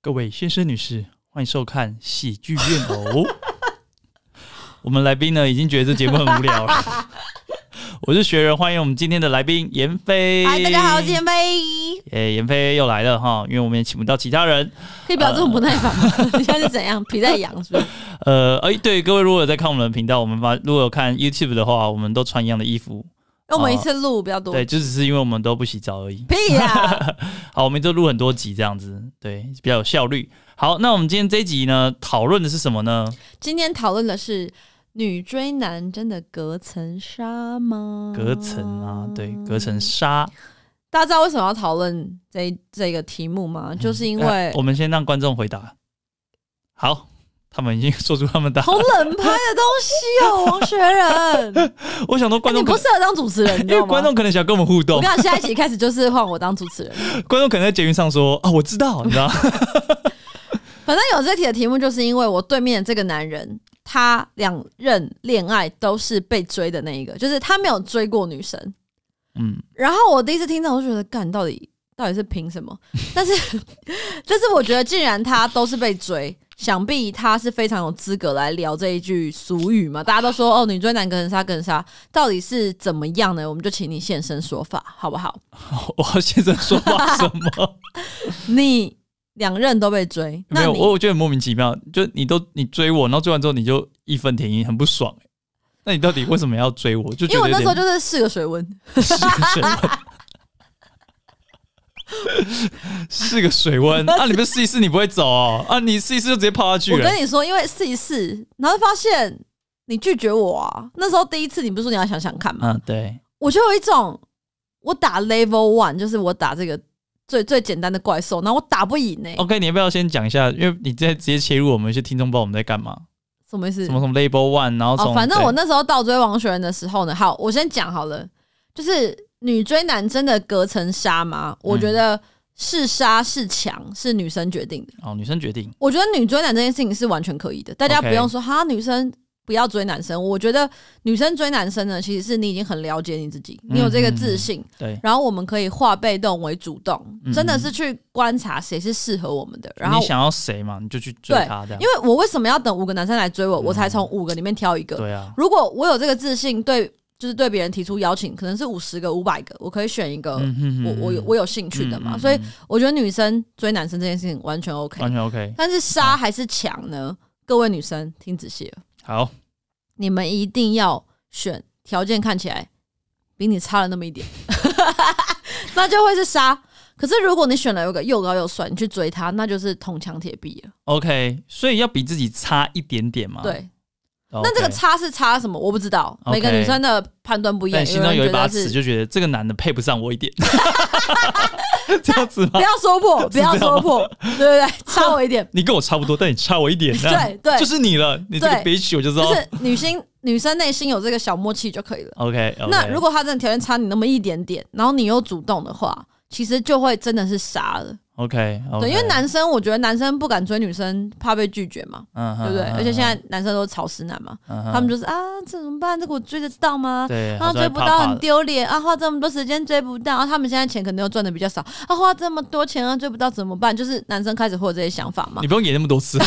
各位先生女士，欢迎收看《喜剧怨偶》。 我们来宾呢已经觉得这节目很无聊了。 我是学人，欢迎我们今天的来宾严飞。哎嗨，大家好，我是严飞。诶，严飞又来了哈，因为我们也请不到其他人。可以不要这么不耐烦吗？你 现在是怎样？皮在痒 是不是？呃，哎，对各位如果有在看我们的频道，我们发如果有看 YouTube 的话，我们都穿一样的衣服。那我们一次录比较多。对，就只是因为我们都不洗澡而已。屁 呀！好，我们就录很多集这样子，对，比较有效率。好，那我们今天这一集呢，讨论的是什么呢？今天讨论的是女追男真的隔层纱吗？隔层啊，对，隔层纱。大家知道为什么要讨论这这个题目吗？就是因哎为我们先让观众回答。好，他们已经说出他们答 好案。冷拍的东西 哦，王学仁，我想说哎 观你众可不适合当主持人，你因知为道 吗观？众可能想跟我们互我动跟，你讲，下一集开始就是换我当主持人。观众可能在节目上说啊，我知道，你知道，反正有这题的题目，就是因为我对面的这个男人，他两任恋爱都是被追的那一个，就是他没有追过女生。 嗯， 然后我第一次听到，我就觉得干到底到底是凭什么？ 但是，但是我觉得，既然他都是被追，想必他是非常有资格来聊这一句俗语嘛。大家都说哦，女追男跟人杀，跟人杀到底是怎么样呢？我们就请你现身说法，好不好？我要先生说话什 么？你两任都被追，没那有，你我我觉得很莫名其妙，就你都你追我，然后追完之后你就义愤填膺，很不爽、欸那你到底为什么要追我？就因觉为得有我那时候点就是试个水温，是个水温， 是个水温。啊，你不是试一试你不会走哦？啊，你试一试就直接泡下去我了跟。你说，因为试一试，然后发现你拒绝我啊。那时候第一次，你不是说你要想想看吗？嗯，对，我就有一种，我打 level one，就是我打这个最最简单的怪兽，然后我打不赢呢、欸 OK，你要不要先讲一下？因为你直接直接切入我们一些听众，不知道我们在干嘛，什么意思什？么什么 Label One，然后从、哦，反正对我那时候倒追王学仁的时候呢，好，我先讲好了，就是女追男真的隔层纱吗？我嗯觉得是纱是墙是女生决定的，哦，女生决定，我觉得女追男这件事情是完全可以的，大家 OK 不用说哈，女生。不要追男生，我觉得女生追男生呢，其实是你已经很了解你自己，你有这个嗯嗯自嗯信，对，然后我们可以化被动为主动，嗯真的是去观察谁是适合我们的。然后你，想要谁嘛，你就去追对他这样因。为我为什么要等五个男生来追我，我才从五个里面挑一个？嗯对啊，如果我有这个自信，对，就是对别人提出邀请，可能是五十个、五百个，我可以选一个嗯哼嗯我我有我有兴趣的嘛。所以我觉得女生追男生这件事情完全 OK，完全 OK。但是杀还是抢呢？各位女生听仔细了，好，你们一定要选条件看起来比你差了那么一点， 那就会是杀。可是如果你选了有个又高又帅，你去追他，那就是铜墙铁壁了。 OK，所以要比自己差一点点嘛。哦对，啊 OK，那这个差是差什么？我不知道，每个 OK 女生的判断不一但样。你心中人有一觉把得尺，是就觉得这个男的配不上我一点， 这样子吗 不？要说啊破，不要说破，对对对，差我 。一点你跟我差不多，但你差我一点，这样 对对就是你了，你这个对 bitch 我就知道就。是女性女生内心有这个小默契就可以了。 OK，那如果他真的条件差你那么一点点，然后你又主动的话，其实就会真的是杀了。 OK，对，因为男生我觉得男生不敢追女生，怕被拒绝嘛，对对不对？而且现嗯在男生都是草食男嘛，他他们就是啊，这怎么办？这个我追得到吗？嗯对，然后好像追不到怕怕很的丢脸啊，花这么多时间追不到，啊，他们现在钱可能又赚的比较少，啊，花这么多钱啊追不到怎么办？就是男生开始会有这些想法嘛你。不用演那么多次，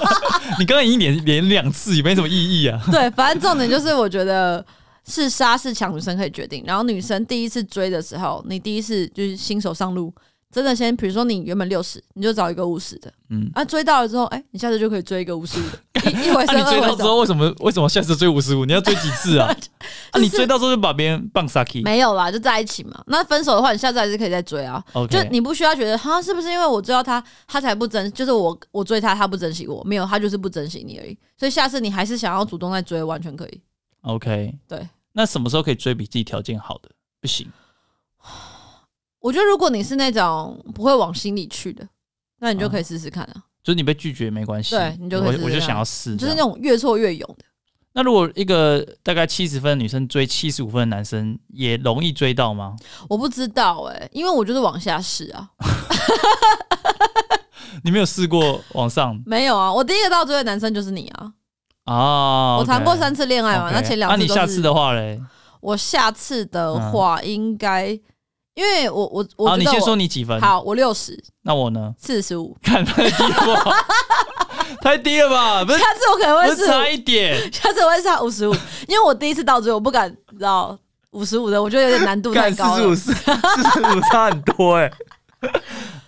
你刚刚已经演演两次，也没什么意义啊。 对，反正重点就是我觉得是杀是抢，女生可以决定。然后女生第一次追的时候，你第一次就是新手上路，真的先比如说你原本六十，你就找一个五十的，嗯，啊，追到了之后，哎、你下次就可以追一个五十五 的，一一回那生啊你追二到回之熟。后，为什么为什么下次追五十五？你要追几次啊？啊，你 就是追到之后就把别人棒 saki。没有啦，就在一起嘛。那分手的话，你下次还是可以再追啊。 OK，就你不需要觉得哈，是不是因为我追到他，他才不珍，就是我我追他，他不珍惜我，没有，他就是不珍惜你而已。所以下次你还是想要主动再追，完全可以。 OK，对。那什么时候可以追比自己条件好的？不行，我觉得如果你是那种不会往心里去的，那你嗯就可以试试看啊，就是你被拒绝没关系，对你就可以我试我试就看想要试这就样，是那种越挫越勇的。那如果一个大概七十分的女生追七十五分的男生，也容易追到吗？我不知道哎、因为我就是往下试啊，你没有试过往上没有啊，我第一个到追的男生就是你啊，啊？我 OK 谈过三次恋爱嘛 OK 那前两啊、次你都下是次的话嘞，我下次的话应该因为我我我嗯好，啊觉你得先我说你几分？好，我六十那我呢？ 四十五，看太低了 吧，太低了吧？不是，下次我可能不会是是差一点，下次我会上五十五，因为我第一次到追，我不敢你知道五十五的，我觉得有点难度太干四高十五了，四四十五差很多哎、呃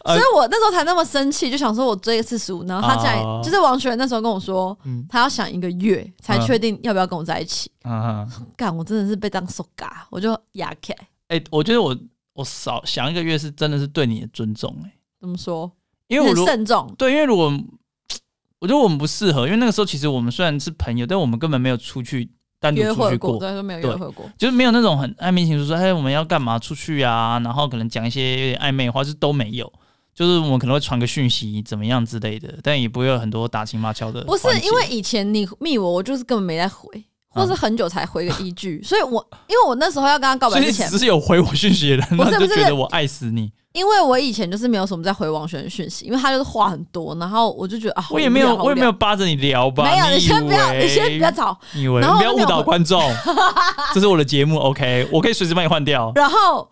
所以我那时候才那么生气，就想说我追个四十五，然后他竟然、哦就是王学仁那时候跟我说，嗯他要想一个月才嗯确定要不要跟我在一起， 啊，干我真的是被当手嘎，我就牙开，哎、我觉得我我少想一个月是真的是对你的尊重哎、怎么说？因为我很如慎重，对，因为如果我觉得我们不适合，因为那个时候其实我们虽然是朋友，但我们根本没有出去单独约出会去过，对，都没有约对会过，就是没有那种很暧昧情愫，说哎我们要干嘛出去啊，然后可能讲一些有点暧昧的话，就是都没有。就是我们可能会传个讯息怎么样之类的，但也不会有很多打情骂俏的不环嗯是节。因为以前你密我，我就是根本没在回，或是很久才回个一句，所以我因为我那时候要跟他告所白以之你前只，是有回我讯息的人，不是那就不是觉得我爱死你。因为我以前就是没有什么在回王轩的讯息，因为他就是话很多，然后我就觉得啊，好我也没有，无聊好无我也没聊有扒着你聊吧。没有，你以先不要，为你先不要吵。你以为然你后不要我误就没有导回观 众，这是我的节目，OK，我可以随时帮你换掉。然后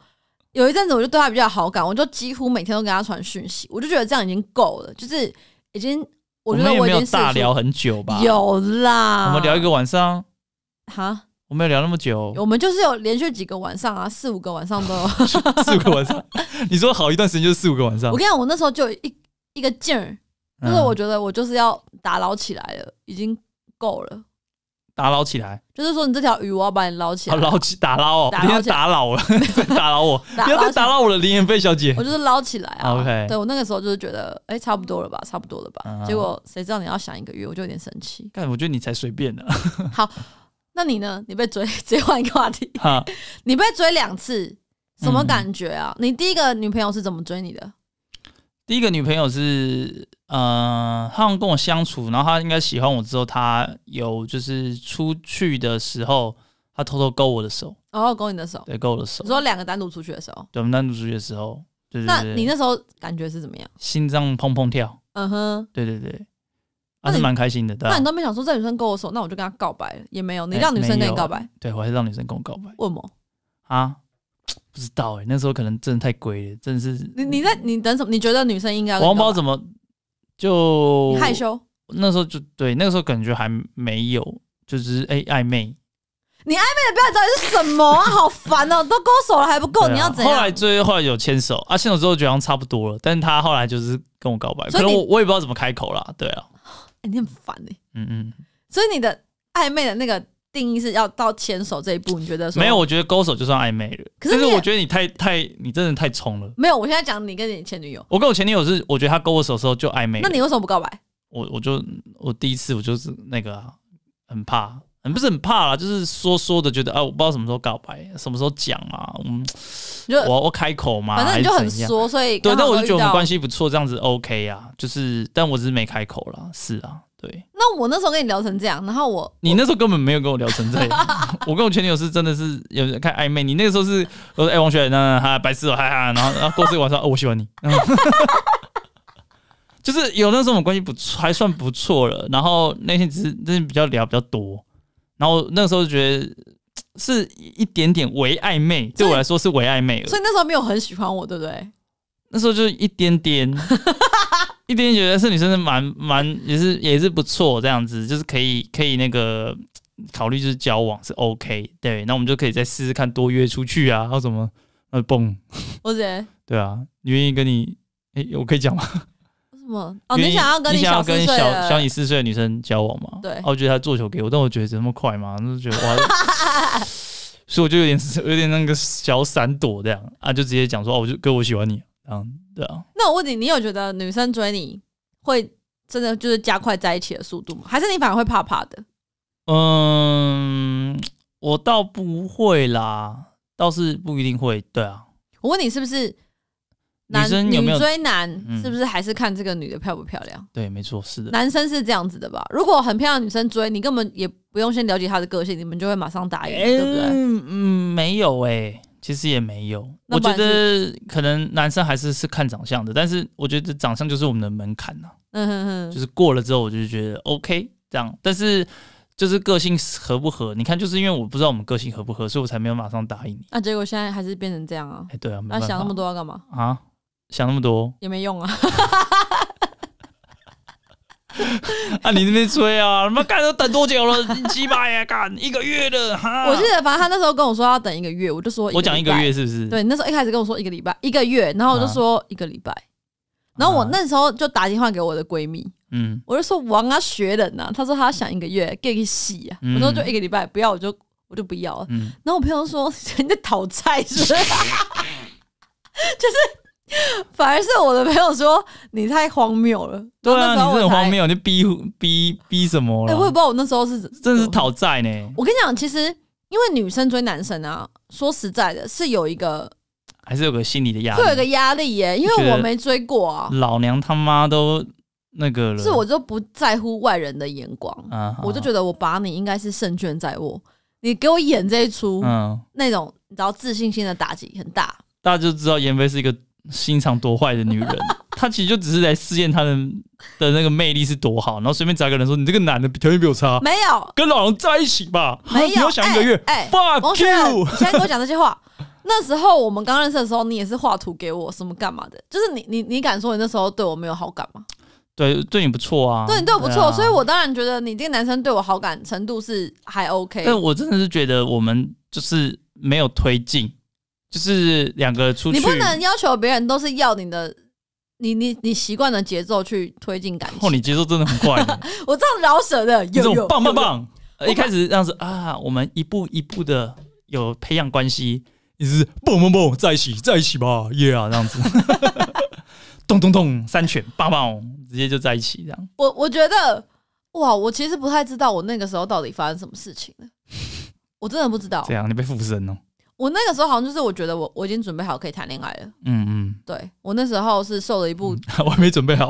有一阵子我就对他比较有好感，我就几乎每天都给他传讯息，我就觉得这样已经够了，就是已经，我觉们得也我没已有经大试出聊很久吧？，有啊啦，我们聊一个晚上，哈，我没有聊那么久，我们就是有连续几个晚上啊，四五个晚上 都有。四五个晚上。 你说好一段时间就是四五个晚上我，跟你讲，我那时候就有一一个劲儿，就是我觉得我就是要打捞起来了，已经够了。打捞起来，就是说，你这条鱼我要把你捞起好来，捞起打捞哦，啊打不要捞起来打扰我，再 打扰我，打不要再打扰我了，林妍霏小姐我。就是捞起来啊。 OK 对我那个时候就是觉得，哎、差不多了吧，差不多了吧。嗯。结果谁知道你要想一个月，我就有点生气干，我觉得你才随便呢。 那你呢？你被追， 直接换一个话题。 哈，你被追两次，什么嗯感觉啊？你第一个女朋友是怎么追你的？第一个女朋友是，呃，她好像跟我相处，然后她应该喜欢我之后，她有就是出去的时候，她偷偷勾我的手，然后哦勾你的手，对，勾我的手你，说两个单独出去的时候，对，我们单独出去的时候，对那对你对，那时候感觉是怎么样？心脏砰砰跳，嗯哼，对对对，还那是你蛮开心的，对那吧你？都没想说这女生勾我手，那我就跟她告白了，也没有，你哎让女生没跟有你告白，对，我还是让女生跟我告白为什么？啊，不知道哎、那时候可能真的太龟了，真的是，你你在你等什么？你觉得女生应该要跟王你告白宝怎么就你害羞？那时候就对，那个时候感觉还没有，就是哎、暧昧。不要到底是什 么啊？好烦哦、都勾手了还不够，对啊你要怎后来样？最后来有牵手啊，牵手之后觉得好像差不多了，但是他后来就是跟我告白，可所以能你我我也不知道怎么开口啦。对啊，哎你很烦哎、嗯嗯，所以你的暧昧的那个定义是要到牵手这一步，你觉得说没有，？我觉得勾手就算暧昧了，可是但你是也我觉得你太太你真的太冲了。没有，我现在讲你跟你前女友，我跟我前女友是，我觉得她勾我手的时候就暧昧了，那你为什么不告白？我我就我第一次我就是那个、啊、很怕，很不是很怕啦，就是说说的觉得啊，我不知道什么时候告白，什么时候讲啊，嗯，你 就我我开口嘛，反正你就还是很怎样缩，所以对，但我就觉得我们关系。系不错，这样子 OK 啊，就是，但我只是没开口啦，是啊，对那我那时候跟你聊成这样，然后我你那时候根本没有跟我聊成这 样，我跟我前女友是真的是有点开暧昧，你那个时候是我说哎、王雪，那哈白痴哦，哈哈，然后然后过这个晚上、哦、我喜欢你， 嗯就是有那时候我们关系不错，还算不错了，然后那天只是真的比较聊比较多，然后那个时候就觉得。是一点点微暧昧，对我来说是微暧昧而已。所以那时候没有很喜欢我，对不对？那时候就是一点 点，一点点觉得这女生是蛮蛮也是也是不错，这样子就是可以可以那个考虑就是交往是 OK，对，那我们就可以再试试看多约出去啊，或什么呃蹦，我觉得对啊，你愿意跟你诶、我可以讲吗？为什么？哦，愿意你想要跟你想要小四跟岁小小的你四岁的女生交往吗？对啊我觉得她做球给我，但我觉得这么快嘛，就觉得哇。 所以我就有点有点那个小闪躲这样啊，就直接讲说哦，我就哥我喜欢你，啊，对啊，那我问你，你有觉得女生追你会真的就是加快在一起的速度吗？还是你反而会怕怕的？嗯，我倒不会啦，倒是不一定会。对啊，我问你，是不是女男生有没有追男嗯是不是还是看这个女的漂不漂亮？对，没错，是的，男生是这样子的吧？如果很漂亮的女生追你，根本也不用先了解她的个性，你们就会马上答应，对不对？嗯嗯，没有哎、其实也没有。那我不觉然得可能男生还是是看长相的，但是我觉得长相就是我们的门槛呐、啊嗯哼就哼，是过了之后，我就觉得 OK 这样。但是就是个性合不合。你看，就是因为我不知道我们个性合不合，所以我才没有马上答应你。那、结果现在还是变成这样啊？哎、对啊，没那、办法想那么多要干嘛？啊，想那么多也没用啊！ 啊！你那边催啊，他妈干都等多久 了？你鸡巴呀，干一个月了哈！我记得，反正他那时候跟我说要等一个月，我就说我讲一个礼拜。月是不是？对，那时候一开始跟我说一个礼拜，一个月，然后我就说一个礼拜。啊然后我那时候就打电话给我的闺蜜，嗯，我就说我让她学人呐、啊，她说她想一个月，给个洗啊，嗯我说就一个礼拜，不要我就我就不要了。嗯然后我朋友说你在讨债是 不是？就是反而是我的朋友说你太荒谬了。对然啊，后那时候你这很我才荒。谬，你逼逼逼什么哎、了？我也不知道我那时候是真的是讨债呢，我跟你讲，其实因为女生追男生啊，说实在的，是有一个还是有个心理的压会有一力。个压力耶、因为我没追过啊，老娘他妈都那个了，是我就不在乎外人的眼光，嗯啊，我就觉得我把你应该是胜券在握，你给我演这一出，嗯，那种你知道自信心的打击很大。大家就知道妍霏是一个心肠多坏的女人， 她其实就只是来试验她的的那个魅力是多好，然后随便找一个人说你这个男的条件比我差，没 有，跟老娘在一起吧，没有哦 你要想一个月哎哎王，fuck 学仁，你 you，现在跟我讲这些话。那时候我们刚认识的时候，你也是画图给我，什么干嘛的？就是你你你敢说你那时候对我没有好感吗？对，对你不错啊，对你对我不错，啊所以我当然觉得你这个男生对我好感程度是还 OK。但我真的是觉得我们就是没有推进，就是两个出去，你不能要求别人都是要你的，你你你习惯的节奏去推进感情。哦，你节奏真的很 快呢，我这样饶舌的，你有怎有么棒有棒棒？呃一开始这样子啊，我们一步一步的有培养关系，一直蹦蹦蹦在一起，在一起吧，耶啊，这样 子，咚咚咚，三拳，棒棒，直接就在一起这样。我我觉得哇，我其实不太知道我那个时候到底发生什么事情了， 我真的不知道这。样你被附身哦，我那个时候好像就是我觉得我我已经准备好可以谈恋爱了。嗯对我那时候是受了一部，嗯， 我还没准备好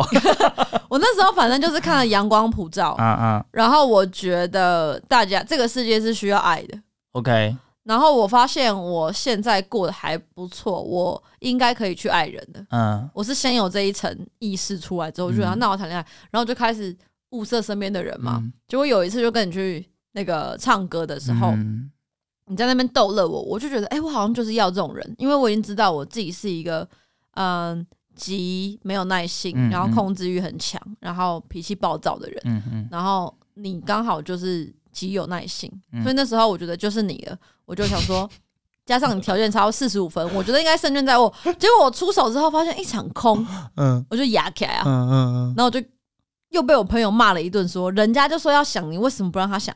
我那时候反正就是看了《阳光普照》啊啊然后我觉得大家这个世界是需要爱的。 ，OK，然后我发现我现在过得还不错，我应该可以去爱人的。嗯我是先有这一层意识出来之后，我就想、嗯那我谈恋爱，然后就开始物色身边的人嘛。嗯结果有一次就跟你去那个唱歌的时候，嗯你在那边逗乐我，我就觉得，哎、我好像就是要这种人，因为我已经知道我自己是一个，嗯，极没有耐心，嗯然后控制欲很强，然后脾气暴躁的人，嗯嗯，然后你刚好就是极有耐心，嗯所以那时候我觉得就是你了，我就想说。加上你条件超四十五分，我觉得应该胜券在握。结果我出手之后发现一场空，嗯我就哑起来啊嗯，嗯然后我就又被我朋友骂了一顿说人家就说要想你，为什么不让他想？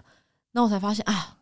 然后我才发现啊，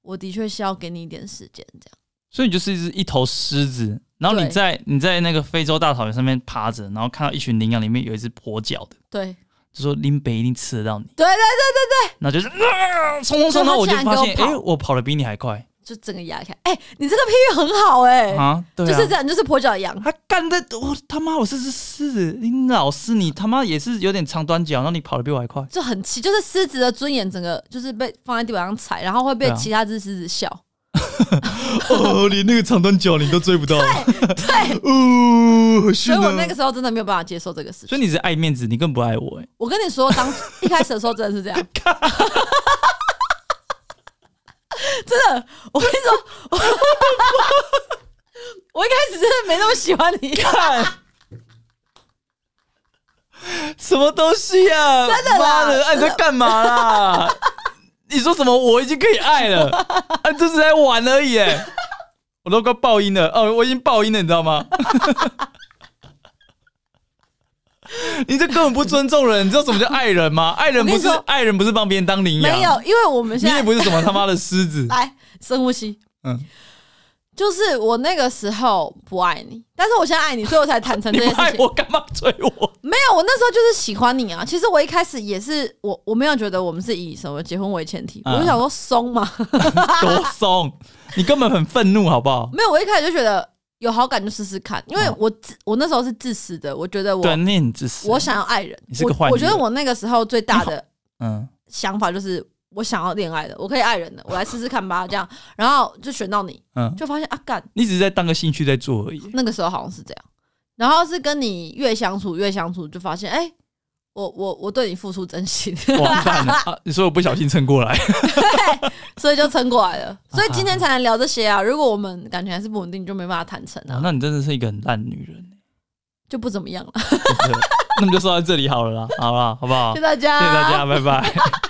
我的确是要给你一点时间，这样所以你就是一只一头狮子，然后你对在你在那个非洲大草原上面趴着，然后看到一群羚羊里面有一只跛脚的，对就说林北一定吃得到你，对对，然后就是啊，冲冲冲，然后我就发现，哎、我跑得比你还快就整个压开。哎、你这个譬喻很好哎、啊！对啊，就是这样，你就是跛脚羊。他干的，我他妈我是只狮子，你老师你他妈也是有点长短脚，然后你跑得比我还快，就很气，就是狮子的尊严，整个就是被放在地板上踩，然后会被对啊其他只狮 子笑。 哦，连那个长短脚你都追不到，对，哦，所以我那个时候真的没有办法接受这个事情。所以你是爱面子，你更不爱我、哎，我跟你说，当一开始的时候真的 是这样，真的，我跟你说， 我我一开始真的没那么喜欢 你，看。什么东西啊！真的啦妈的，哎、你在干嘛啦？你说什么？我已经可以爱了，啊，这只是在玩而已、哎，我都快爆音了，哦，我已经爆音了，你知道吗？ 你这根本不尊重人，你知道什么叫爱人吗？爱人不是我跟你说爱人，不是帮别人当羚羊，没有，因为我们你现也在，不是什么他妈的狮子 来深呼吸，嗯，就是我那个时候不爱你，但是我现在爱你，所以我才坦诚 你这件不爱事情。我干嘛追我？没有，我那时候就是喜欢你啊。其实我一开始也是，我我没有觉得我们是以什么结婚为前提，嗯我就想说松嘛， 多松！你根本很愤怒，好不好？没有，我一开始就觉得有好感就试试看，因为嗯我自我那时候是自私的，我觉得我对，啊那你自私。我想要爱人你是个坏我。我女觉得人我那个时候最大的嗯，想法就是我想要恋爱的，我可以爱人的，我来试试看吧，这样，然后就选到你，嗯，就发现啊干，你只是在当个兴趣在做而 已。那个时候好像是这样，然后是跟你越相处越相处，就发现哎、我我我对你付出真心，完蛋了、啊！你说我不小心撑过来，所以就撑过 来了，所以今天才能聊这些啊啊。如果我们感情还是不稳定，就没办法谈成哦啊， 那你真的是一个很烂女人，欸就不怎么样了。真的那我们就说到这里好了啦，好啦，好不好？谢谢谢大家，谢大家，拜拜。